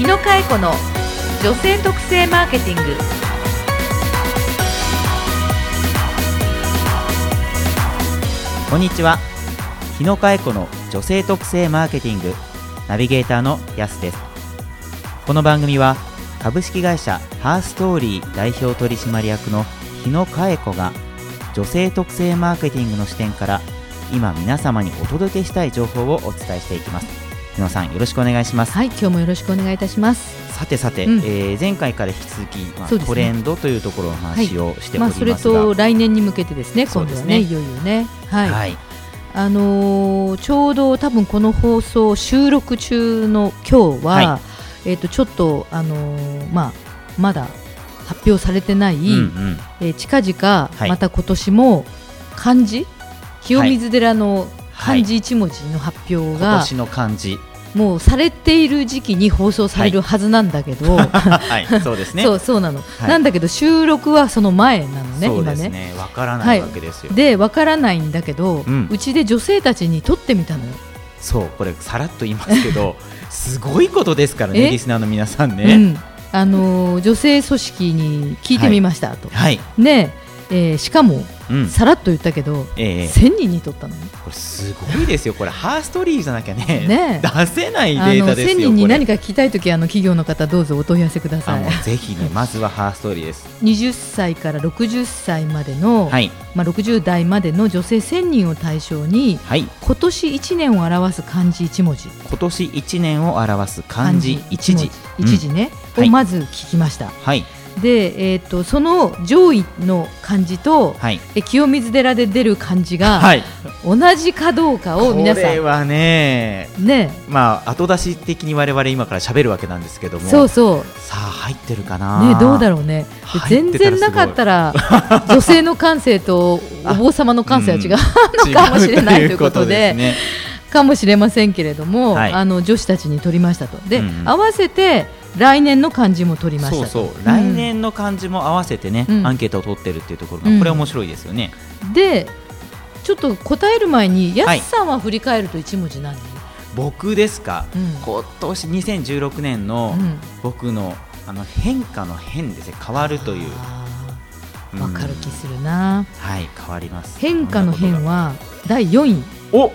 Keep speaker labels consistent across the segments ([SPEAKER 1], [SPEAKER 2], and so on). [SPEAKER 1] 野佳恵子の女性特性マーケティング
[SPEAKER 2] こんにちは日野佳恵子の女性特性マーケティングナビゲーターのやすですこの番組は株式会社ハーストーリー代表取締役の日野佳恵子が女性特性マーケティングの視点から今皆様にお届けしたい情報をお伝えしていきます日野さんよろしくお願いします
[SPEAKER 1] はい今日もよろしくお願いいたします
[SPEAKER 2] さてさて、
[SPEAKER 1] うん
[SPEAKER 2] えー前回から引き続き、まあ
[SPEAKER 1] そうですね
[SPEAKER 2] トレンドというところの話をしており
[SPEAKER 1] まあ
[SPEAKER 2] ます
[SPEAKER 1] そ
[SPEAKER 2] が、
[SPEAKER 1] れと来年に向けてですね今度
[SPEAKER 2] そうで
[SPEAKER 1] は
[SPEAKER 2] す
[SPEAKER 1] ね
[SPEAKER 2] ね
[SPEAKER 1] いよいよねはい、
[SPEAKER 2] はい、
[SPEAKER 1] あのーちょうど多分この放送収録中の今日は、
[SPEAKER 2] は
[SPEAKER 1] えっ、とちょっとあのーまあまだ発表されてない、
[SPEAKER 2] うんうん、
[SPEAKER 1] えー近々、
[SPEAKER 2] はい
[SPEAKER 1] また今年も漢字清水寺の漢字一文字の発表が、
[SPEAKER 2] 今年の漢字
[SPEAKER 1] もうされている時期に放送されるはずなんだけ ど、
[SPEAKER 2] はいそ うですね
[SPEAKER 1] そうそうなの、
[SPEAKER 2] い
[SPEAKER 1] なんだけど収録はその前なのね
[SPEAKER 2] そう
[SPEAKER 1] 今
[SPEAKER 2] です
[SPEAKER 1] ね。
[SPEAKER 2] ねわからないわけですよ、
[SPEAKER 1] でわからないんだけど、う
[SPEAKER 2] うん
[SPEAKER 1] ちで女性たちに撮ってみたのよ。
[SPEAKER 2] そうこれさらっと言いますけ どすごいことですから
[SPEAKER 1] え
[SPEAKER 2] ねリスナーの皆さん
[SPEAKER 1] う
[SPEAKER 2] ね、
[SPEAKER 1] んあのー女性組織に聞いてみましたと、
[SPEAKER 2] はい、
[SPEAKER 1] ねえーしかも
[SPEAKER 2] うん、
[SPEAKER 1] さらっと言ったけど、
[SPEAKER 2] ええ
[SPEAKER 1] 1000人に撮ったのね
[SPEAKER 2] これすごいですよこれハーストリーじゃなきゃね
[SPEAKER 1] ねえ
[SPEAKER 2] 出せないデ
[SPEAKER 1] あ
[SPEAKER 2] ー
[SPEAKER 1] の
[SPEAKER 2] タですよ
[SPEAKER 1] 1000人に
[SPEAKER 2] これ
[SPEAKER 1] 何か聞きたいときあの企業の方どうぞお問い合わせくだ
[SPEAKER 2] あ
[SPEAKER 1] さい
[SPEAKER 2] もうぜひ ねまずはハーストリーです
[SPEAKER 1] 20歳から60歳までの、
[SPEAKER 2] はい
[SPEAKER 1] まあ、60代までの女性1000人を対象に
[SPEAKER 2] はい
[SPEAKER 1] 今年1年を表す漢字1文字
[SPEAKER 2] 今年1年を表す漢字一
[SPEAKER 1] 一
[SPEAKER 2] 字
[SPEAKER 1] 一字ね、
[SPEAKER 2] うんはい
[SPEAKER 1] をまず聞きました
[SPEAKER 2] はい
[SPEAKER 1] で、えー、とその上位の漢字と、
[SPEAKER 2] はい
[SPEAKER 1] え清水寺で出る漢字が
[SPEAKER 2] い
[SPEAKER 1] 同じかどうかを皆
[SPEAKER 2] こ
[SPEAKER 1] さ
[SPEAKER 2] れ
[SPEAKER 1] ん
[SPEAKER 2] はね
[SPEAKER 1] ね
[SPEAKER 2] まあ後出し的に我々今から喋るわけなんですけども
[SPEAKER 1] そうそう
[SPEAKER 2] さあ入ってるかな
[SPEAKER 1] ね、どうだろうねで
[SPEAKER 2] 入
[SPEAKER 1] 全
[SPEAKER 2] ってたら
[SPEAKER 1] 然なかった ら女性の感性とお坊様の感性は違う
[SPEAKER 2] 違
[SPEAKER 1] のかもしれないということ
[SPEAKER 2] です
[SPEAKER 1] で
[SPEAKER 2] ね
[SPEAKER 1] かもしれませんけれども、
[SPEAKER 2] はい
[SPEAKER 1] あの女子たちに取りましたとで、
[SPEAKER 2] うんうん
[SPEAKER 1] 合わせて来年の漢字も取りまし
[SPEAKER 2] そ
[SPEAKER 1] た
[SPEAKER 2] う
[SPEAKER 1] と
[SPEAKER 2] そう来年の漢字も合わせてね、
[SPEAKER 1] うん
[SPEAKER 2] アンケートを取ってるっていうとこ
[SPEAKER 1] う
[SPEAKER 2] ろ
[SPEAKER 1] ん
[SPEAKER 2] がこれは面白いですよね、
[SPEAKER 1] でちょっと答える前に、
[SPEAKER 2] は
[SPEAKER 1] や
[SPEAKER 2] い
[SPEAKER 1] すさんは振り返ると一文字何、
[SPEAKER 2] 僕ですか
[SPEAKER 1] うん
[SPEAKER 2] 今年2016年の
[SPEAKER 1] うん
[SPEAKER 2] 僕のあの変化の変ですね変わるという
[SPEAKER 1] あ
[SPEAKER 2] う
[SPEAKER 1] ー
[SPEAKER 2] ん
[SPEAKER 1] わかる気するな、
[SPEAKER 2] はい変わります
[SPEAKER 1] 変化の変
[SPEAKER 2] は
[SPEAKER 1] は第4位
[SPEAKER 2] お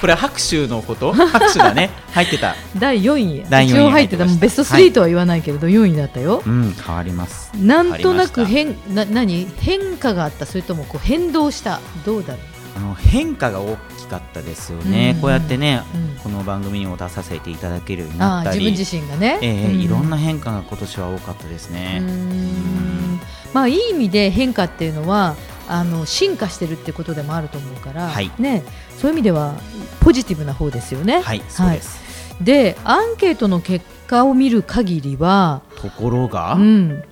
[SPEAKER 2] これは拍手のこと拍手だ ね入ってた
[SPEAKER 1] 第4位
[SPEAKER 2] 第四位
[SPEAKER 1] 一応入ってた
[SPEAKER 2] 入ってました
[SPEAKER 1] もうベスト
[SPEAKER 2] は
[SPEAKER 1] 3
[SPEAKER 2] い
[SPEAKER 1] とは言わないけれど、4位だったよ
[SPEAKER 2] うん変わります
[SPEAKER 1] なんとなく
[SPEAKER 2] わか
[SPEAKER 1] 変な何変化があったそれともこう変動したどうだろ
[SPEAKER 2] あの変化が大きかったですよね、
[SPEAKER 1] うん
[SPEAKER 2] こうやってね
[SPEAKER 1] う、うん、
[SPEAKER 2] この番組にも出させていただけるように
[SPEAKER 1] あ
[SPEAKER 2] なっ
[SPEAKER 1] ー
[SPEAKER 2] た
[SPEAKER 1] 自
[SPEAKER 2] り
[SPEAKER 1] 分自身がね、
[SPEAKER 2] ええ
[SPEAKER 1] うん
[SPEAKER 2] いろんな変化が今年は多かったです
[SPEAKER 1] うー
[SPEAKER 2] ね。
[SPEAKER 1] んまあいい意味で変化っていうのはあの進化してるってことでもあると思うから、
[SPEAKER 2] はい
[SPEAKER 1] ね、そういう意味ではポジティブな方ですよね。
[SPEAKER 2] はい、そうです。
[SPEAKER 1] でアンケートの結果を見る限りは、
[SPEAKER 2] ところが、
[SPEAKER 1] うん、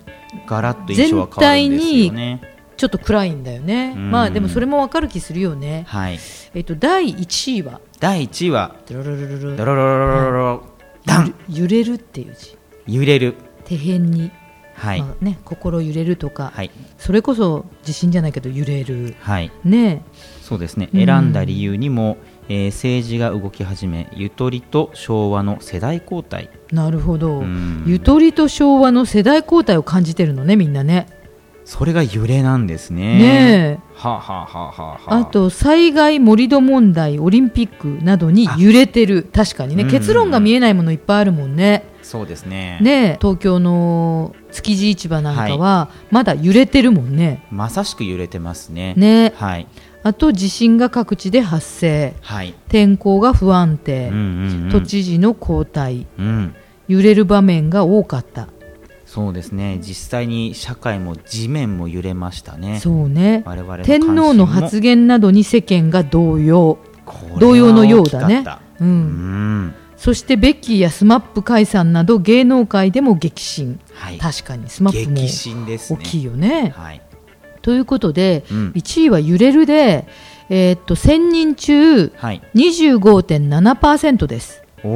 [SPEAKER 2] ガラッと印象は変わるんですよね。
[SPEAKER 1] ちょっと暗いんだよね、
[SPEAKER 2] うん
[SPEAKER 1] まあ、でもそれもわかる気するよね、
[SPEAKER 2] はい。
[SPEAKER 1] えっと、第1位は
[SPEAKER 2] 第一位は、
[SPEAKER 1] ドロロロロロ
[SPEAKER 2] ドロロロロロロ、ダン、
[SPEAKER 1] 揺れるっていう字
[SPEAKER 2] 揺れる。
[SPEAKER 1] 手辺に、
[SPEAKER 2] はい
[SPEAKER 1] ま。あね、心揺れるとか、
[SPEAKER 2] はい。
[SPEAKER 1] それこそ地震じゃないけど揺れる、
[SPEAKER 2] はい。
[SPEAKER 1] ね
[SPEAKER 2] そうですね。
[SPEAKER 1] うん
[SPEAKER 2] 選んだ理由にも、えー政治が動き始め、ゆとりと昭和の世代交代。
[SPEAKER 1] え、なるほど、
[SPEAKER 2] うん
[SPEAKER 1] ゆとりと昭和の世代交代を感じてるのねみんなね。
[SPEAKER 2] それが揺れなんですね。
[SPEAKER 1] ねえ
[SPEAKER 2] はあ、はあはあはあは
[SPEAKER 1] あと災害、盛り土問題、オリンピックなどに揺れてる、確かにね、
[SPEAKER 2] うん
[SPEAKER 1] 結論が見えないものいっぱいあるもんね、
[SPEAKER 2] そうですね。
[SPEAKER 1] ねえ東京の築地市場なんかは、まだ揺れてるもんね、
[SPEAKER 2] まさしく揺れてますね。
[SPEAKER 1] ね
[SPEAKER 2] はい。
[SPEAKER 1] あと地震が各地で発生、
[SPEAKER 2] はい。
[SPEAKER 1] 天候が不安定、
[SPEAKER 2] うんうんうん
[SPEAKER 1] 都知事の交代、
[SPEAKER 2] うん。
[SPEAKER 1] 揺れる場面が多かった、
[SPEAKER 2] そうですね実際に社会も地面も揺れましたね
[SPEAKER 1] そうね、
[SPEAKER 2] 我々の
[SPEAKER 1] 天皇の発言などに世間が動揺、
[SPEAKER 2] 言
[SPEAKER 1] 同様のようだねう、
[SPEAKER 2] うんん
[SPEAKER 1] そしてベッキーやスマップ解散など芸能界でも激震
[SPEAKER 2] はい
[SPEAKER 1] 確かにスマップも
[SPEAKER 2] 激震です
[SPEAKER 1] 大
[SPEAKER 2] ね
[SPEAKER 1] きいよね。
[SPEAKER 2] はい
[SPEAKER 1] ということで、
[SPEAKER 2] うん
[SPEAKER 1] 1位は揺れるで、えーっと1000人中
[SPEAKER 2] はい
[SPEAKER 1] 25.7%です。
[SPEAKER 2] お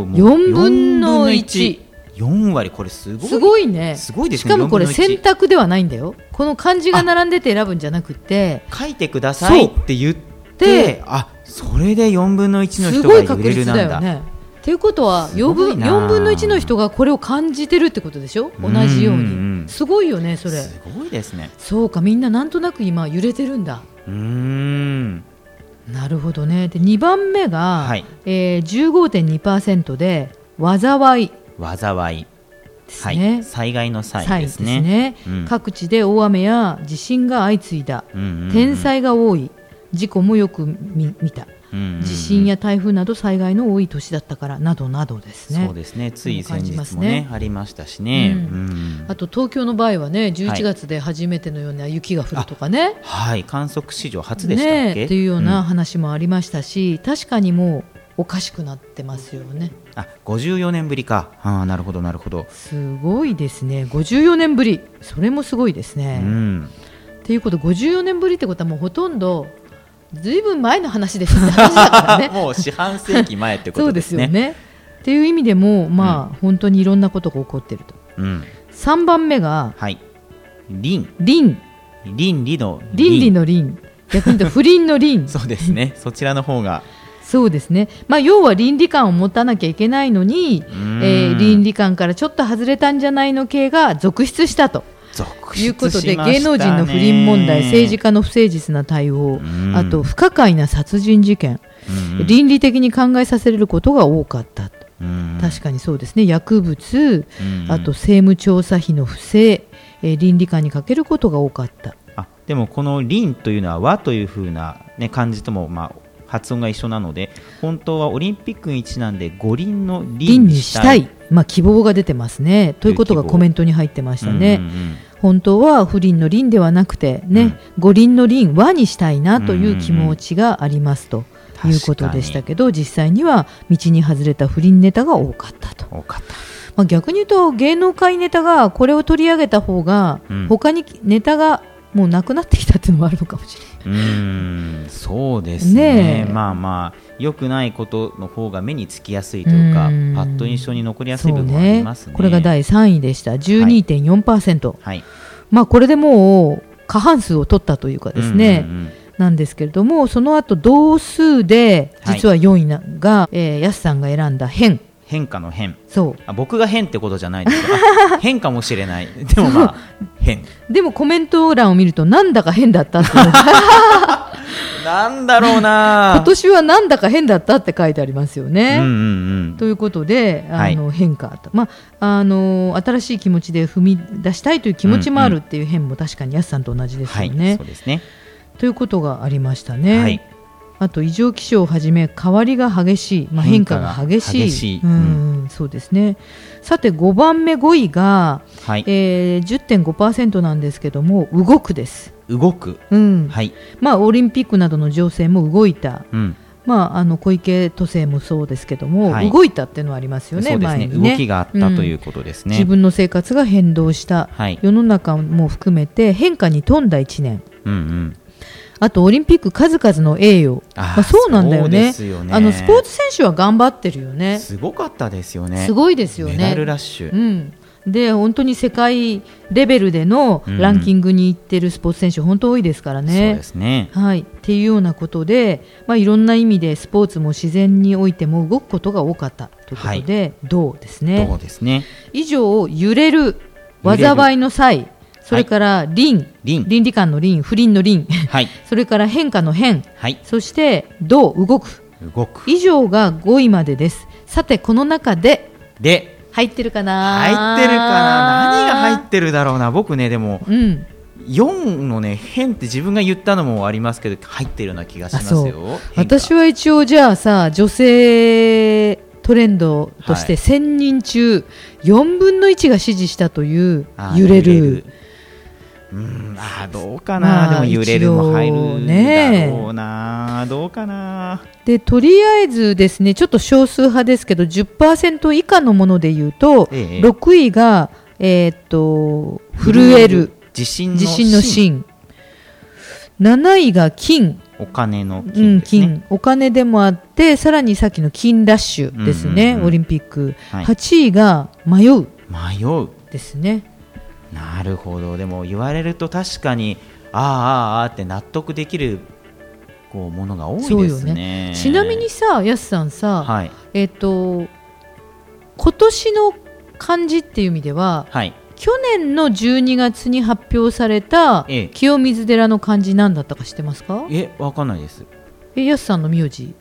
[SPEAKER 2] お
[SPEAKER 1] 4分の1
[SPEAKER 2] 4割これすごい
[SPEAKER 1] すごいね。
[SPEAKER 2] すごいです
[SPEAKER 1] し
[SPEAKER 2] ね
[SPEAKER 1] かもこれ
[SPEAKER 2] 4分の
[SPEAKER 1] 選
[SPEAKER 2] 1
[SPEAKER 1] 択ではないんだよ。この漢字が並んでて選ぶんじゃなくて、
[SPEAKER 2] 書いてくださいって言って
[SPEAKER 1] で
[SPEAKER 2] あそれで4分の1の
[SPEAKER 1] す
[SPEAKER 2] 人
[SPEAKER 1] ご
[SPEAKER 2] が
[SPEAKER 1] い
[SPEAKER 2] 揺
[SPEAKER 1] 確
[SPEAKER 2] れる
[SPEAKER 1] 率
[SPEAKER 2] な
[SPEAKER 1] だ
[SPEAKER 2] ん
[SPEAKER 1] よ
[SPEAKER 2] だ
[SPEAKER 1] ね。ということは4
[SPEAKER 2] すごい
[SPEAKER 1] 分
[SPEAKER 2] な
[SPEAKER 1] 4分の1の人がこれを感じてるってことでしょ同じように
[SPEAKER 2] うんうんうん
[SPEAKER 1] すごいよねそれ
[SPEAKER 2] すごいですね
[SPEAKER 1] そうかみんななんとなく今揺れてるんだ
[SPEAKER 2] うーん
[SPEAKER 1] なるほどねで2番目が、
[SPEAKER 2] はい
[SPEAKER 1] えー、15.2%で災い
[SPEAKER 2] 災い
[SPEAKER 1] です
[SPEAKER 2] は
[SPEAKER 1] ね、
[SPEAKER 2] い、災害の災
[SPEAKER 1] 災
[SPEAKER 2] で
[SPEAKER 1] ですす
[SPEAKER 2] ね
[SPEAKER 1] ね、
[SPEAKER 2] うん
[SPEAKER 1] 各地で大雨や地震が相次いだ、
[SPEAKER 2] うんうんうん
[SPEAKER 1] 天災が多い事故もよく見見た
[SPEAKER 2] うんうんうん
[SPEAKER 1] 地震や台風など災害の多い年だったからなどなどですね
[SPEAKER 2] そうですねつい先
[SPEAKER 1] 感じま
[SPEAKER 2] 日
[SPEAKER 1] す
[SPEAKER 2] もね
[SPEAKER 1] ね
[SPEAKER 2] ありましたしね、
[SPEAKER 1] う
[SPEAKER 2] うん
[SPEAKER 1] あと東京の場合はね
[SPEAKER 2] はい
[SPEAKER 1] 11月で初めてのような雪が降るとかね,、
[SPEAKER 2] はい観測史上初でしたっ
[SPEAKER 1] ね
[SPEAKER 2] け
[SPEAKER 1] っていうような、話もありましたし、確かにもうおかしくなってますよね
[SPEAKER 2] うんあ54年ぶりかあーなるほどなるほど、
[SPEAKER 1] すごいですね54年ぶりそれもすごいです
[SPEAKER 2] う
[SPEAKER 1] ね、
[SPEAKER 2] ん、
[SPEAKER 1] っていうこと54年ぶりってことはもうほとんどずいぶん前の話ですって話だから ね
[SPEAKER 2] もう四半世紀前ってこ
[SPEAKER 1] そ
[SPEAKER 2] と
[SPEAKER 1] う
[SPEAKER 2] で
[SPEAKER 1] ですす
[SPEAKER 2] ね
[SPEAKER 1] よねっていう意味でもまあ、本当にいろんなことが起こってると
[SPEAKER 2] うん、
[SPEAKER 1] 3番目が
[SPEAKER 2] はい倫
[SPEAKER 1] 倫
[SPEAKER 2] 倫理の
[SPEAKER 1] 倫理の 倫逆に言うと不倫の倫
[SPEAKER 2] そうで すねそちらの方が
[SPEAKER 1] そうですね、まあ、要は倫理観を持たなきゃいけないのに、え
[SPEAKER 2] ん
[SPEAKER 1] ー倫理観からちょっと外れたんじゃないの系が続出したと
[SPEAKER 2] 続
[SPEAKER 1] いうこと
[SPEAKER 2] 出
[SPEAKER 1] で、
[SPEAKER 2] しましたね
[SPEAKER 1] 芸能人の不倫問題、政治、家の不誠実な対応
[SPEAKER 2] うん、
[SPEAKER 1] あと不可解な殺人事件、
[SPEAKER 2] うんうん
[SPEAKER 1] 倫理的に考えさせることが多かったと、
[SPEAKER 2] うん
[SPEAKER 1] 確かにそうですね、薬物、
[SPEAKER 2] うんうん
[SPEAKER 1] あと政務調査費の不正、えー倫理観にかけることが多かった。
[SPEAKER 2] あでもこの「凛」というのは「和」というふうな、ね、漢字ともまあ発音が一緒なので本当はオリンピックにちなんで五輪の「
[SPEAKER 1] 倫
[SPEAKER 2] 凛」
[SPEAKER 1] にしたい、まあ、希望が出てますね。ということがコメントに入ってましたね。
[SPEAKER 2] うんうんうん
[SPEAKER 1] 本当は不倫の倫ではなくてね、五輪の輪和にしたいなという気持ちがありますということでしたけど、実際には道に外れた不倫ネタが多かったと、
[SPEAKER 2] 多かった
[SPEAKER 1] まあ、逆に言うと芸能界ネタがこれを取り上げた方が、
[SPEAKER 2] うん
[SPEAKER 1] 他にネタがもうなくなってきたっていうのもあるのかもしれないう
[SPEAKER 2] ーんそうですね
[SPEAKER 1] ねえ
[SPEAKER 2] まあまあ良くないことの方が目につきやすいというか
[SPEAKER 1] うん
[SPEAKER 2] パッと印象に残りやすい
[SPEAKER 1] そ
[SPEAKER 2] 部
[SPEAKER 1] う
[SPEAKER 2] 分もあり
[SPEAKER 1] ね
[SPEAKER 2] ますね
[SPEAKER 1] これが第3位でした12.4%、
[SPEAKER 2] はい
[SPEAKER 1] まあこれでもう過半数を取ったというかですね、
[SPEAKER 2] うんうんうん
[SPEAKER 1] なんですけれども、その後同数で、
[SPEAKER 2] はい
[SPEAKER 1] 実は4位なが、えー、やすさんが選んだ変、
[SPEAKER 2] 変化の変
[SPEAKER 1] そ
[SPEAKER 2] あ僕が変ってことじゃないで すかあ変かもしれないでもまあ変
[SPEAKER 1] う、でもコメント欄を見ると、なんだか変だったっていうの が
[SPEAKER 2] なんだろうな
[SPEAKER 1] 今年はなんだか変だったって書いてありますよね。
[SPEAKER 2] うんうん
[SPEAKER 1] ということで、
[SPEAKER 2] は
[SPEAKER 1] あ
[SPEAKER 2] い
[SPEAKER 1] の変化と、まああの新しい気持ちで踏み出したいという気持ちもあるっていう変も確かにやすさんと同じ
[SPEAKER 2] うん、
[SPEAKER 1] です
[SPEAKER 2] は
[SPEAKER 1] よ
[SPEAKER 2] い、
[SPEAKER 1] ね。
[SPEAKER 2] そうですね。
[SPEAKER 1] ということがありましたね。
[SPEAKER 2] はい
[SPEAKER 1] あと異常気象をはじめ変わりが激しい、まあ、変化が激しい
[SPEAKER 2] 変化が激しい
[SPEAKER 1] うん、そうですねさて5番目5位が、
[SPEAKER 2] はい、
[SPEAKER 1] えー、10.5%なんですけども動くです、
[SPEAKER 2] 動く。
[SPEAKER 1] うん
[SPEAKER 2] はい、
[SPEAKER 1] まあ、オリンピックなどの情勢も動いた、
[SPEAKER 2] うん、
[SPEAKER 1] まあ、あの小池都政もそうですけども、
[SPEAKER 2] はい
[SPEAKER 1] 動いたっていうのはありますよね
[SPEAKER 2] そうです
[SPEAKER 1] 前
[SPEAKER 2] ね
[SPEAKER 1] にね
[SPEAKER 2] 動きがあったといううんことですね。
[SPEAKER 1] 自分の生活が変動した、
[SPEAKER 2] はい、
[SPEAKER 1] 世の中も含めて変化に富んだ1年
[SPEAKER 2] うんうん。
[SPEAKER 1] あとオリンピック数々の栄誉
[SPEAKER 2] あー
[SPEAKER 1] まあ、そうなんだよ
[SPEAKER 2] そう
[SPEAKER 1] ね
[SPEAKER 2] ですよね
[SPEAKER 1] あのスポーツ選手は頑張ってるよね
[SPEAKER 2] すごかったですよね。
[SPEAKER 1] すごいですよね
[SPEAKER 2] メダルラッシュ。
[SPEAKER 1] うん、で本当に世界レベルでの
[SPEAKER 2] うん
[SPEAKER 1] ランキングに行ってるスポーツ選手、本当多いですから
[SPEAKER 2] そう
[SPEAKER 1] ね
[SPEAKER 2] で。すね。
[SPEAKER 1] はい、っていうようなことで、まあ、いろんな意味でスポーツも自然においても動くことが多かったということで、どうですね
[SPEAKER 2] そうですね。
[SPEAKER 1] 以上揺れる
[SPEAKER 2] 揺れる
[SPEAKER 1] 災いの際それから倫、
[SPEAKER 2] 倫
[SPEAKER 1] 倫理観の倫不倫の倫
[SPEAKER 2] はい、
[SPEAKER 1] それから変化の変
[SPEAKER 2] はい、
[SPEAKER 1] そしてどう動く
[SPEAKER 2] 動く。
[SPEAKER 1] 以上が5位までですさてこの中で
[SPEAKER 2] で、
[SPEAKER 1] 入ってるかな
[SPEAKER 2] 入ってるかな。何が入ってるだろうな。僕ね、でも。
[SPEAKER 1] うん
[SPEAKER 2] 四のね変って自分が言ったのもありますけど入ってるような気がします
[SPEAKER 1] あ
[SPEAKER 2] よ。
[SPEAKER 1] 私
[SPEAKER 2] は
[SPEAKER 1] は一応じゃあさ女性トレンドとして1000人中4分の1が支持したという揺れる
[SPEAKER 2] うん、あーどうかな、
[SPEAKER 1] まあ
[SPEAKER 2] でも揺れるも入
[SPEAKER 1] 一応
[SPEAKER 2] るだ
[SPEAKER 1] ね
[SPEAKER 2] ろうな、どうかな、
[SPEAKER 1] でとりあえずですねちょっと少数派ですけど10%以下のもので言うと、
[SPEAKER 2] ええ
[SPEAKER 1] 6位が、えーっと震える
[SPEAKER 2] 地震の
[SPEAKER 1] 地震の
[SPEAKER 2] 震
[SPEAKER 1] 震7位が金
[SPEAKER 2] お金の
[SPEAKER 1] う
[SPEAKER 2] 金
[SPEAKER 1] ん、
[SPEAKER 2] ですね、
[SPEAKER 1] 金お金でもあってさらにさっきの金ラッシュですね、
[SPEAKER 2] うんうんうん
[SPEAKER 1] オリンピック、
[SPEAKER 2] はい
[SPEAKER 1] 8位が迷う
[SPEAKER 2] 迷う
[SPEAKER 1] ですね
[SPEAKER 2] なるほどでも言われると確かにあーあーあーって納得できるこうものが多いです
[SPEAKER 1] そう
[SPEAKER 2] ね
[SPEAKER 1] よねちなみにさやすさんさ、
[SPEAKER 2] はい
[SPEAKER 1] えっと今年の漢字っていう意味では
[SPEAKER 2] はい
[SPEAKER 1] 去年の12月に発表された
[SPEAKER 2] ええ
[SPEAKER 1] 清水寺の漢字何だったか知ってますか
[SPEAKER 2] えわかんないです
[SPEAKER 1] えやすさんの名字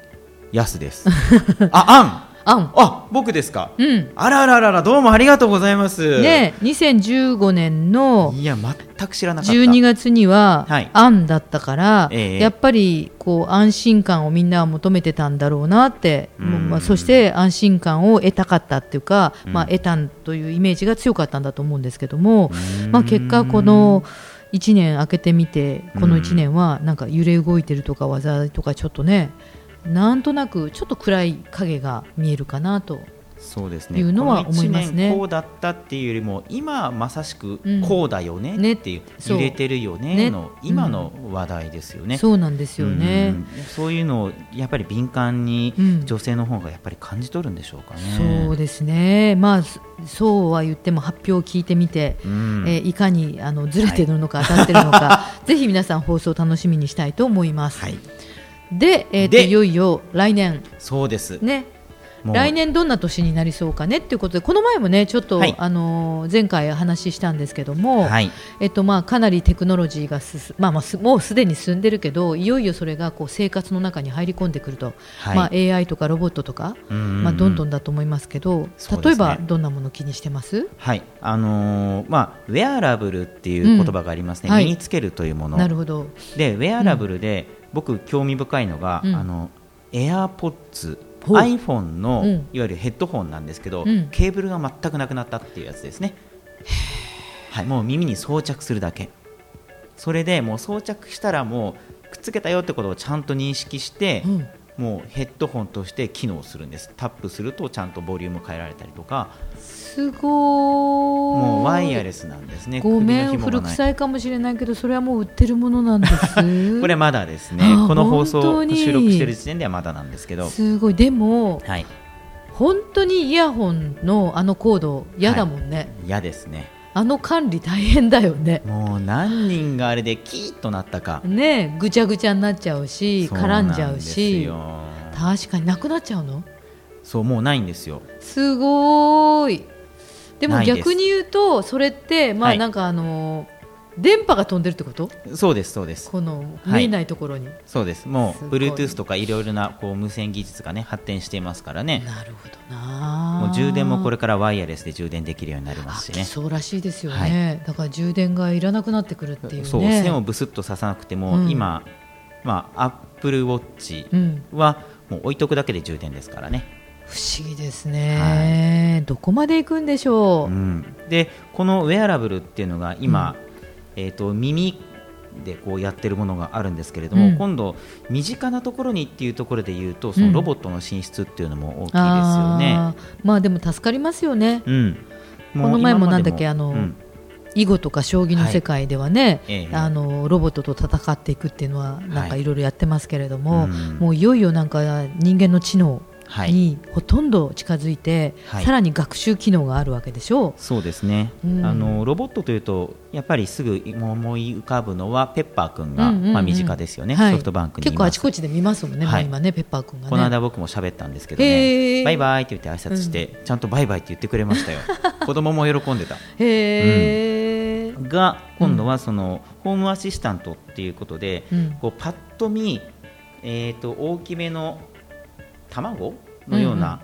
[SPEAKER 2] や すですあ
[SPEAKER 1] あ
[SPEAKER 2] あん
[SPEAKER 1] ん
[SPEAKER 2] あ僕ですか
[SPEAKER 1] うん
[SPEAKER 2] あらあらあらあらどうもありがとうございます
[SPEAKER 1] ね2015年の
[SPEAKER 2] いや全く知らなかった
[SPEAKER 1] 12月には
[SPEAKER 2] は
[SPEAKER 1] 「
[SPEAKER 2] い
[SPEAKER 1] 案」だったから、
[SPEAKER 2] ええ
[SPEAKER 1] やっぱりこう安心感をみんなは求めてたんだろうなって、
[SPEAKER 2] うん
[SPEAKER 1] まあ、そして安心感を得たかったっていうか、
[SPEAKER 2] うん
[SPEAKER 1] まあ、得たんというイメージが強かったんだと思うんですけども、
[SPEAKER 2] うん
[SPEAKER 1] まあ、結果この1年開けてみてこの1年はなんか揺れ動いてるとか災いとかちょっとねなんとなくちょっと暗い影が見えるかなと
[SPEAKER 2] そうですね
[SPEAKER 1] いうのは思いますね
[SPEAKER 2] この一年こうだったっていうよりも今まさしく
[SPEAKER 1] うん
[SPEAKER 2] こうだよね
[SPEAKER 1] ね
[SPEAKER 2] っていう、
[SPEAKER 1] そう
[SPEAKER 2] 揺れてるよねの
[SPEAKER 1] ね
[SPEAKER 2] 今の話題ですよね。
[SPEAKER 1] そうなんですよね。
[SPEAKER 2] うんそういうのをやっぱり敏感に
[SPEAKER 1] うん
[SPEAKER 2] 女性の方がやっぱり感じ取るんでしょうかね。
[SPEAKER 1] そうですね、まあ、そそうは言っても発表を聞いてみて、
[SPEAKER 2] うん
[SPEAKER 1] えーいかにあのずれてるのか当たってるのか、 ぜひ皆さん放送を楽しみにしたいと思います。
[SPEAKER 2] はい、
[SPEAKER 1] で,、えーと
[SPEAKER 2] で
[SPEAKER 1] いよいよ来年
[SPEAKER 2] そうです。
[SPEAKER 1] ね
[SPEAKER 2] もう
[SPEAKER 1] 来年どんな年になりそうかねっていうことでこの前もねちょっと、
[SPEAKER 2] はい
[SPEAKER 1] あのー前回話したんですけども、
[SPEAKER 2] はい、
[SPEAKER 1] えっとまあ、かなりテクノロジーが進まあまあ、すもうすでに進んでるけどいよいよそれがこう生活の中に入り込んでくると、
[SPEAKER 2] はい
[SPEAKER 1] まあ、AI とかロボットとか、
[SPEAKER 2] ま
[SPEAKER 1] まあ、どんどんだと思いますけど、
[SPEAKER 2] そうですね
[SPEAKER 1] 例えばどんなもの気にしてます
[SPEAKER 2] はいあのーまあ、ウェアラブルっていう言葉がありますね、
[SPEAKER 1] うんはい
[SPEAKER 2] 身につけるというもの
[SPEAKER 1] なるほど
[SPEAKER 2] でウェアラブルで、僕興味深いのが、
[SPEAKER 1] うん
[SPEAKER 2] あの AirPods
[SPEAKER 1] ほう
[SPEAKER 2] iPhone の、
[SPEAKER 1] うん
[SPEAKER 2] いわゆるヘッドホンなんですけど、
[SPEAKER 1] うん
[SPEAKER 2] ケーブルが全くなくなったっていうやつですね、はい、もう耳に装着するだけそれでもう装着したらもうくっつけたよってことをちゃんと認識して、
[SPEAKER 1] うん
[SPEAKER 2] もうヘッドホンとして機能するんですタップするとちゃんとボリューム変えられたりとか
[SPEAKER 1] すごーい
[SPEAKER 2] もうワイヤレスなんですね
[SPEAKER 1] ごめん
[SPEAKER 2] 首の紐
[SPEAKER 1] 古
[SPEAKER 2] がない
[SPEAKER 1] 臭いかもしれないけどそれはもう売ってるものなんです
[SPEAKER 2] これまだですね
[SPEAKER 1] あー
[SPEAKER 2] この放送
[SPEAKER 1] 本
[SPEAKER 2] を
[SPEAKER 1] 当に
[SPEAKER 2] 収録してる時点ではまだなんですけど
[SPEAKER 1] すごいでも
[SPEAKER 2] はい
[SPEAKER 1] 本当にイヤホンのあのコード嫌だもんね、
[SPEAKER 2] 嫌ですね
[SPEAKER 1] あの管理大変だよね
[SPEAKER 2] もう何人があれでキーッとなったか
[SPEAKER 1] ねえぐちゃぐちゃになっちゃうし
[SPEAKER 2] そう
[SPEAKER 1] 絡
[SPEAKER 2] な
[SPEAKER 1] んじゃ
[SPEAKER 2] で
[SPEAKER 1] う
[SPEAKER 2] す
[SPEAKER 1] し
[SPEAKER 2] よ
[SPEAKER 1] 確かになくなっちゃうの
[SPEAKER 2] そうもうないんですよ
[SPEAKER 1] すごーいでも
[SPEAKER 2] ないです
[SPEAKER 1] 逆に言うとそれってま
[SPEAKER 2] は
[SPEAKER 1] あ
[SPEAKER 2] い
[SPEAKER 1] なんかあのー電波が飛んでるってこと
[SPEAKER 2] そうですそうです
[SPEAKER 1] この
[SPEAKER 2] はい
[SPEAKER 1] 見えないところに、
[SPEAKER 2] そうですも
[SPEAKER 1] す
[SPEAKER 2] う
[SPEAKER 1] ごい
[SPEAKER 2] Bluetooth とかいろいろなこう無線技術がね発展していますからね
[SPEAKER 1] なるほどな
[SPEAKER 2] もう充電もこ
[SPEAKER 1] れ
[SPEAKER 2] れからワイヤレスで充電できるようになりますしね
[SPEAKER 1] そうらしいですよね、だから充電がいらなくなってくるっていうね
[SPEAKER 2] そう線をブスッと刺さなくても、
[SPEAKER 1] うん
[SPEAKER 2] 今まあ Apple Watch
[SPEAKER 1] うん、
[SPEAKER 2] はもう置いとくだけで充電ですからね
[SPEAKER 1] 不思議ですね、どこまで行くんでしょう、
[SPEAKER 2] うん、でこのウェアラブルっていうのが今、えー、と耳でこうやってるものがあるんですけれども、
[SPEAKER 1] うん
[SPEAKER 2] 今度身近なところにっていうところで言うとそうの
[SPEAKER 1] ん
[SPEAKER 2] ロボットの進出っていうのも大きいですよね。
[SPEAKER 1] あーまあでも助かりますよね、
[SPEAKER 2] うんう
[SPEAKER 1] この前もなんだっけ
[SPEAKER 2] 今までも
[SPEAKER 1] あの囲碁とか将棋の世界ではね、
[SPEAKER 2] はいええ
[SPEAKER 1] あのロボットと戦っていくっていうのはなんかいろいろやってますけれども、
[SPEAKER 2] うん
[SPEAKER 1] もういよいよなんか人間の知能
[SPEAKER 2] はい、
[SPEAKER 1] にほとんど近づいて、
[SPEAKER 2] はい
[SPEAKER 1] さらに学習機能があるわけでしょう。
[SPEAKER 2] そうですね、
[SPEAKER 1] うん
[SPEAKER 2] あのロボットというとやっぱりすぐ思い浮かぶのはペッパーくんが、
[SPEAKER 1] うんうんうん
[SPEAKER 2] まあ、身近ですよね、
[SPEAKER 1] はい
[SPEAKER 2] ソフトバンクにい
[SPEAKER 1] 結構
[SPEAKER 2] ま
[SPEAKER 1] あ
[SPEAKER 2] す
[SPEAKER 1] ちこちで見ますもんね、
[SPEAKER 2] はい
[SPEAKER 1] もう今ねペッパーくんがね
[SPEAKER 2] この間僕も喋ったんですけど
[SPEAKER 1] へ
[SPEAKER 2] ね
[SPEAKER 1] ー
[SPEAKER 2] バイバイって言って挨拶して、ちゃんとバイバイって言ってくれ ましたよ子供も喜んでた
[SPEAKER 1] へー
[SPEAKER 2] が今度はその、ホームアシスタントっていうことで、
[SPEAKER 1] うん
[SPEAKER 2] こうパッと見、えー、と大きめの卵のような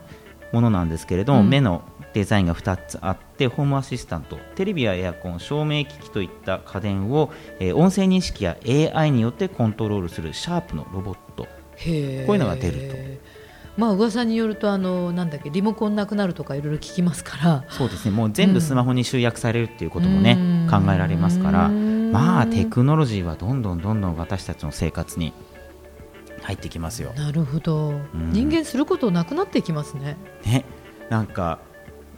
[SPEAKER 2] ものなんですけれども、
[SPEAKER 1] うん
[SPEAKER 2] 目のデザインが2つあってホームアシスタントテレビやエアコン照明機器といった家電を、えー音声認識や AI によってコントロールするシャープのロボット
[SPEAKER 1] へー
[SPEAKER 2] こういうのが出ると
[SPEAKER 1] まあ噂によるとあのなんだっけリモコンなくなるとかいろいろ聞きますから
[SPEAKER 2] そうですねもう全部スマホに集約されるっていうこともね、
[SPEAKER 1] うん
[SPEAKER 2] 考えられますから
[SPEAKER 1] うん
[SPEAKER 2] まあテクノロジーはどんどんどんどん私たちの生活に入ってきますよ。
[SPEAKER 1] なるほど、
[SPEAKER 2] ん
[SPEAKER 1] 人間することなくなっていきますね
[SPEAKER 2] ね、なんか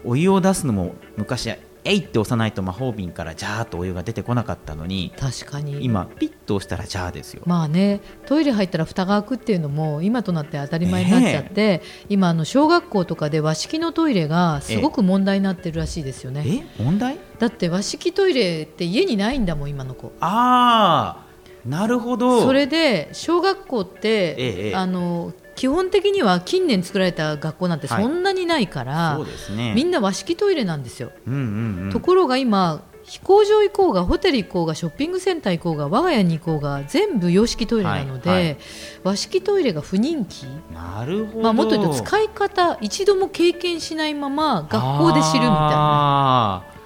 [SPEAKER 2] お湯を出すのも昔はえいって押さないと魔法瓶からジャーっとお湯が出てこなかったのに
[SPEAKER 1] 確かに
[SPEAKER 2] 今ピッと押したらジャーですよ。
[SPEAKER 1] まあねトイレ入ったら蓋が開くっていうのも今となって当たり前になっちゃって、今あの小学校とかで和式のトイレがすごく問題になってるらしいですよね、
[SPEAKER 2] え問題
[SPEAKER 1] だって和式トイレって家にないんだもん今の子
[SPEAKER 2] ああなるほど
[SPEAKER 1] それで小学校って、
[SPEAKER 2] ええ
[SPEAKER 1] あの基本的には近年作られた学校なんて
[SPEAKER 2] はい
[SPEAKER 1] そんなにないから、
[SPEAKER 2] そうですね
[SPEAKER 1] みんな和式トイレなんですよ、
[SPEAKER 2] うんうんうん
[SPEAKER 1] ところが今飛行場行こうがホテル行こうがショッピングセンター行こうが我が家に行こうが全部洋式トイレなので、
[SPEAKER 2] はいは
[SPEAKER 1] 和式トイレが不人気、
[SPEAKER 2] なるほど、
[SPEAKER 1] まあ、もっと言うと使い方一度も経験しないまま学校で知るみたいな。
[SPEAKER 2] な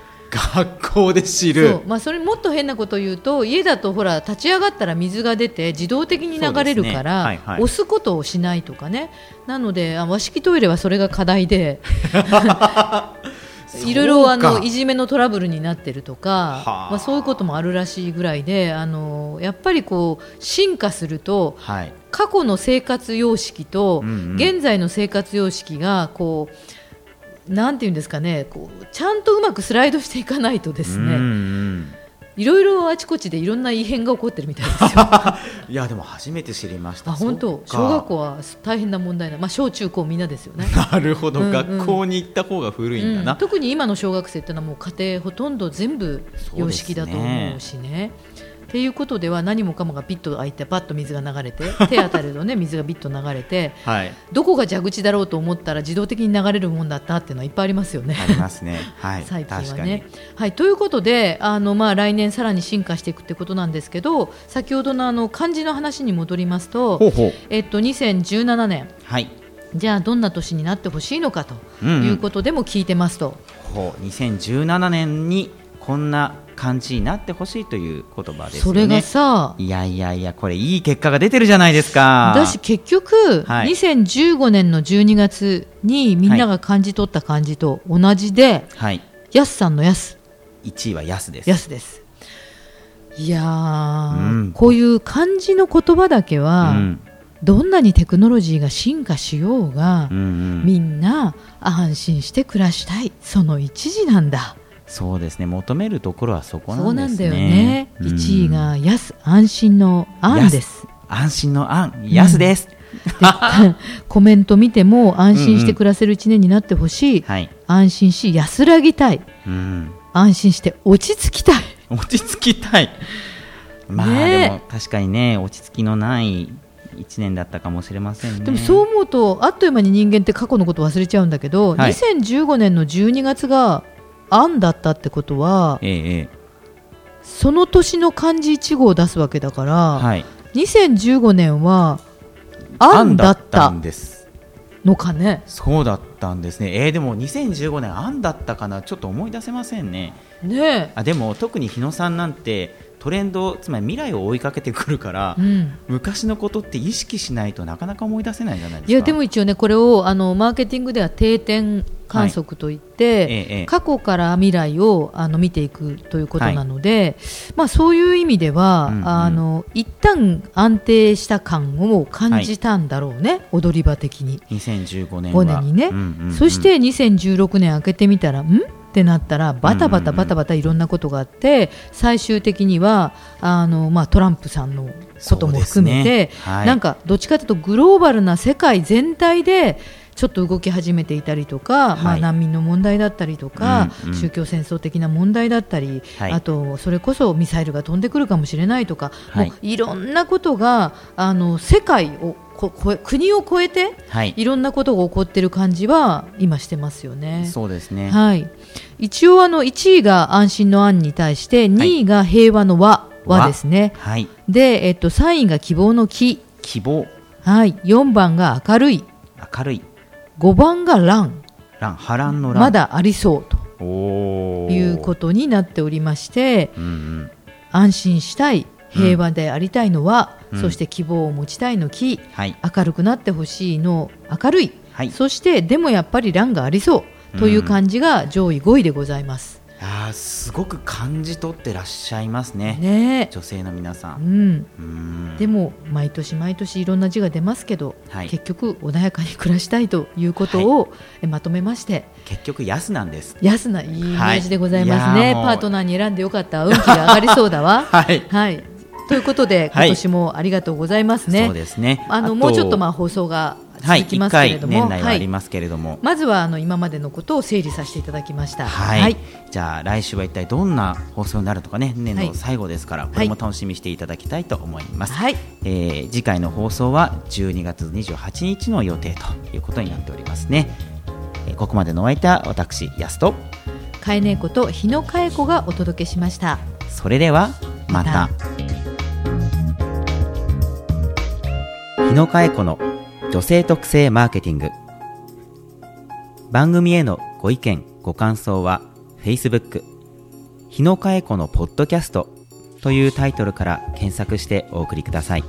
[SPEAKER 2] 学校で知る
[SPEAKER 1] そうまあ、それもっと変なこと言うと家だとほら立ち上がったら水が出て自動的に流れるから、
[SPEAKER 2] そうですねはいはい
[SPEAKER 1] 押すことをしないとかねなのであ和式トイレはそれが課題 でいろいろあ
[SPEAKER 2] そう
[SPEAKER 1] の
[SPEAKER 2] か
[SPEAKER 1] いじめのトラブルになってるとか
[SPEAKER 2] はあ
[SPEAKER 1] まあ、そういうこともあるらしいぐらいであのやっぱりこう進化すると
[SPEAKER 2] はい
[SPEAKER 1] 過去の生活様式と
[SPEAKER 2] うんうん
[SPEAKER 1] 現在の生活様式がこうなんていうんですかねこうちゃんとうまくスライドしていかないとです
[SPEAKER 2] うん
[SPEAKER 1] ね
[SPEAKER 2] うん
[SPEAKER 1] いろいろあちこちでいろんな異変が起こってるみたいですよ。
[SPEAKER 2] いやでも初めて知りました
[SPEAKER 1] あ本当
[SPEAKER 2] そ
[SPEAKER 1] 小
[SPEAKER 2] っか
[SPEAKER 1] 学校は大変な問題な、まあ、小中高みんなですよね。
[SPEAKER 2] なるほど、
[SPEAKER 1] うんうん
[SPEAKER 2] 学校に行った方が古いんだ
[SPEAKER 1] う
[SPEAKER 2] な、
[SPEAKER 1] ん特に今の小学生ってのはもう家庭ほとんど全部様式だと思うしね。っていうことでは何もかもがピッと開いてパッと水が流れて手当たり の、ね、水がビッと流れて
[SPEAKER 2] はい
[SPEAKER 1] どこが蛇口だろうと思ったら自動的に流れるもんだったっていうのはいっぱいありますよね。
[SPEAKER 2] ありますね はい
[SPEAKER 1] 最近
[SPEAKER 2] 確
[SPEAKER 1] は
[SPEAKER 2] かに
[SPEAKER 1] ね。はい、ということであの、まあ、来年さらに進化していくってことなんですけど先ほどのあの漢字の話に戻ります
[SPEAKER 2] ほ
[SPEAKER 1] と、
[SPEAKER 2] うほう
[SPEAKER 1] えっと、2017年
[SPEAKER 2] はい
[SPEAKER 1] じゃあどんな年になってほしいのかと
[SPEAKER 2] うんうん
[SPEAKER 1] いうことでも聞いてますと、
[SPEAKER 2] ほう2017年にこんな感じになってほしいという言葉ですよね
[SPEAKER 1] それがさ
[SPEAKER 2] いやいやいやこれいい結果が出てるじゃないですか
[SPEAKER 1] だし結局、
[SPEAKER 2] はい
[SPEAKER 1] 2015年の12月にみんなが感じ取った感じと同じで、
[SPEAKER 2] はい
[SPEAKER 1] やすさんのやす
[SPEAKER 2] 1位は安です
[SPEAKER 1] やすです。いやー、
[SPEAKER 2] うん
[SPEAKER 1] こういう漢字の言葉だけは、
[SPEAKER 2] うん
[SPEAKER 1] どんなにテクノロジーが進化しようが、
[SPEAKER 2] うんうん
[SPEAKER 1] みんな安心して暮らしたいその一時なんだ
[SPEAKER 2] そうですね求めるところはそこ
[SPEAKER 1] そう
[SPEAKER 2] な
[SPEAKER 1] なんん
[SPEAKER 2] で
[SPEAKER 1] だよ
[SPEAKER 2] す
[SPEAKER 1] ね
[SPEAKER 2] ね、
[SPEAKER 1] 1位
[SPEAKER 2] うん
[SPEAKER 1] が安安心の安です
[SPEAKER 2] 安心の安安です、
[SPEAKER 1] コメント見ても安心して暮らせる1年になってほしい、
[SPEAKER 2] はい、
[SPEAKER 1] 安心し安らぎたい
[SPEAKER 2] うん、
[SPEAKER 1] 安心して落ち着きたい
[SPEAKER 2] 落ち着きたいまあ、
[SPEAKER 1] ねえ
[SPEAKER 2] でも確かにね落ち着きのない1年だったかもしれませんね
[SPEAKER 1] でもそう思うとあっという間に人間って過去のこと忘れちゃうんだけど、
[SPEAKER 2] はい
[SPEAKER 1] 2015年の12月が安だったってことは
[SPEAKER 2] えええ
[SPEAKER 1] その年の漢字1号を出すわけだから、
[SPEAKER 2] えはい
[SPEAKER 1] 2015年は安だっ
[SPEAKER 2] 安
[SPEAKER 1] た
[SPEAKER 2] んです
[SPEAKER 1] のかね
[SPEAKER 2] そうだったんですねえー、でも2015年安だったかなちょっと思い出せませんね
[SPEAKER 1] ね
[SPEAKER 2] あでも特に日野さんなんてトレンドつまり未来を追いかけてくるから、
[SPEAKER 1] え、うん、
[SPEAKER 2] 昔のことって意識しないとなかなか思い出せないじゃないですか
[SPEAKER 1] いやでも一応ねこれをあのマーケティングでは定点観測といって、
[SPEAKER 2] ええええ
[SPEAKER 1] 過去から未来をあの見ていくということなので、まあ、そういう意味では、
[SPEAKER 2] うんうん
[SPEAKER 1] あの一旦安定した感を感じたんだろうね、踊り場的に。
[SPEAKER 2] 2015年
[SPEAKER 1] 5
[SPEAKER 2] は
[SPEAKER 1] 年にね、
[SPEAKER 2] うんうんうん
[SPEAKER 1] そして2016年明けてみたらんってなったらバタバタバタバタいろんなことがあって最終的にはあの、まあ、トランプさんのことも含め
[SPEAKER 2] そう
[SPEAKER 1] て、
[SPEAKER 2] ですねはい
[SPEAKER 1] なんかどっちかというとグローバルな世界全体でちょっと動き始めていたりとか、ま
[SPEAKER 2] は
[SPEAKER 1] あ、
[SPEAKER 2] い
[SPEAKER 1] 難民の問題だったりとか、
[SPEAKER 2] うんうん
[SPEAKER 1] 宗教戦争的な問題だったり、
[SPEAKER 2] はい
[SPEAKER 1] あとそれこそミサイルが飛んでくるかもしれないとか、
[SPEAKER 2] はい
[SPEAKER 1] もういろんなことがあの世界をここえ国を越えて
[SPEAKER 2] はい
[SPEAKER 1] いろんなことが起こってる感じは今してますよね。
[SPEAKER 2] そうですね
[SPEAKER 1] はい、一応あの1位が安心の安に対して2位が平和の和
[SPEAKER 2] 和
[SPEAKER 1] 和ですね。
[SPEAKER 2] はい
[SPEAKER 1] で、えっと、3位が希望の木、
[SPEAKER 2] 希望
[SPEAKER 1] はい、4番が明るい
[SPEAKER 2] 明るい
[SPEAKER 1] 5番が乱
[SPEAKER 2] 乱波乱の乱
[SPEAKER 1] まだありそうと
[SPEAKER 2] お
[SPEAKER 1] いうことになっておりまして
[SPEAKER 2] と、うんうん、
[SPEAKER 1] 安心したい平和でありたいの和、
[SPEAKER 2] うん
[SPEAKER 1] そして希望を持ちたいの木
[SPEAKER 2] はい
[SPEAKER 1] 明るくなってほしいの明るい、
[SPEAKER 2] はい
[SPEAKER 1] そしてでもやっぱり乱がありそうという感じが上位5位でございます。
[SPEAKER 2] あーすごく感じ取ってらっしゃいますね
[SPEAKER 1] ねえ
[SPEAKER 2] 女性の皆さ
[SPEAKER 1] うんん、
[SPEAKER 2] うん
[SPEAKER 1] でも毎年毎年いろんな字が出ますけど、
[SPEAKER 2] はい
[SPEAKER 1] 結局穏やかに暮らしたいということをえまとめまして、
[SPEAKER 2] 結局安なんです
[SPEAKER 1] 安ないいイメージでございます
[SPEAKER 2] はいい
[SPEAKER 1] ね、
[SPEAKER 2] やーもう
[SPEAKER 1] パートナーに選んでよかった運気が上がりそうだわ。
[SPEAKER 2] はい、
[SPEAKER 1] はい、ということで
[SPEAKER 2] はい
[SPEAKER 1] 今年もありがとうございますね。
[SPEAKER 2] そうですね
[SPEAKER 1] あのもうちょっとま
[SPEAKER 2] あ
[SPEAKER 1] あ放送が
[SPEAKER 2] はい、
[SPEAKER 1] 続きま
[SPEAKER 2] 1
[SPEAKER 1] すけれ
[SPEAKER 2] 回
[SPEAKER 1] ども、
[SPEAKER 2] 年内はありますけれども、
[SPEAKER 1] まずはあの今までのことを整理させていただきました。
[SPEAKER 2] はい、じゃあ来週は一体どんな放送になるとかね年度最後ですから、これも楽しみにしていただきたいと思います、
[SPEAKER 1] はい
[SPEAKER 2] えー次回の放送は12月28日の予定ということになっておりますね、えーここまでのお相手は私やすと
[SPEAKER 1] かえねえこと日野かえ子がお届けしました。
[SPEAKER 2] それではま
[SPEAKER 1] ま
[SPEAKER 2] た日野佳恵子の女性特性マーケティング番組へのご意見ご感想は Facebook「日野佳恵子のポッドキャスト」というタイトルから検索してお送りください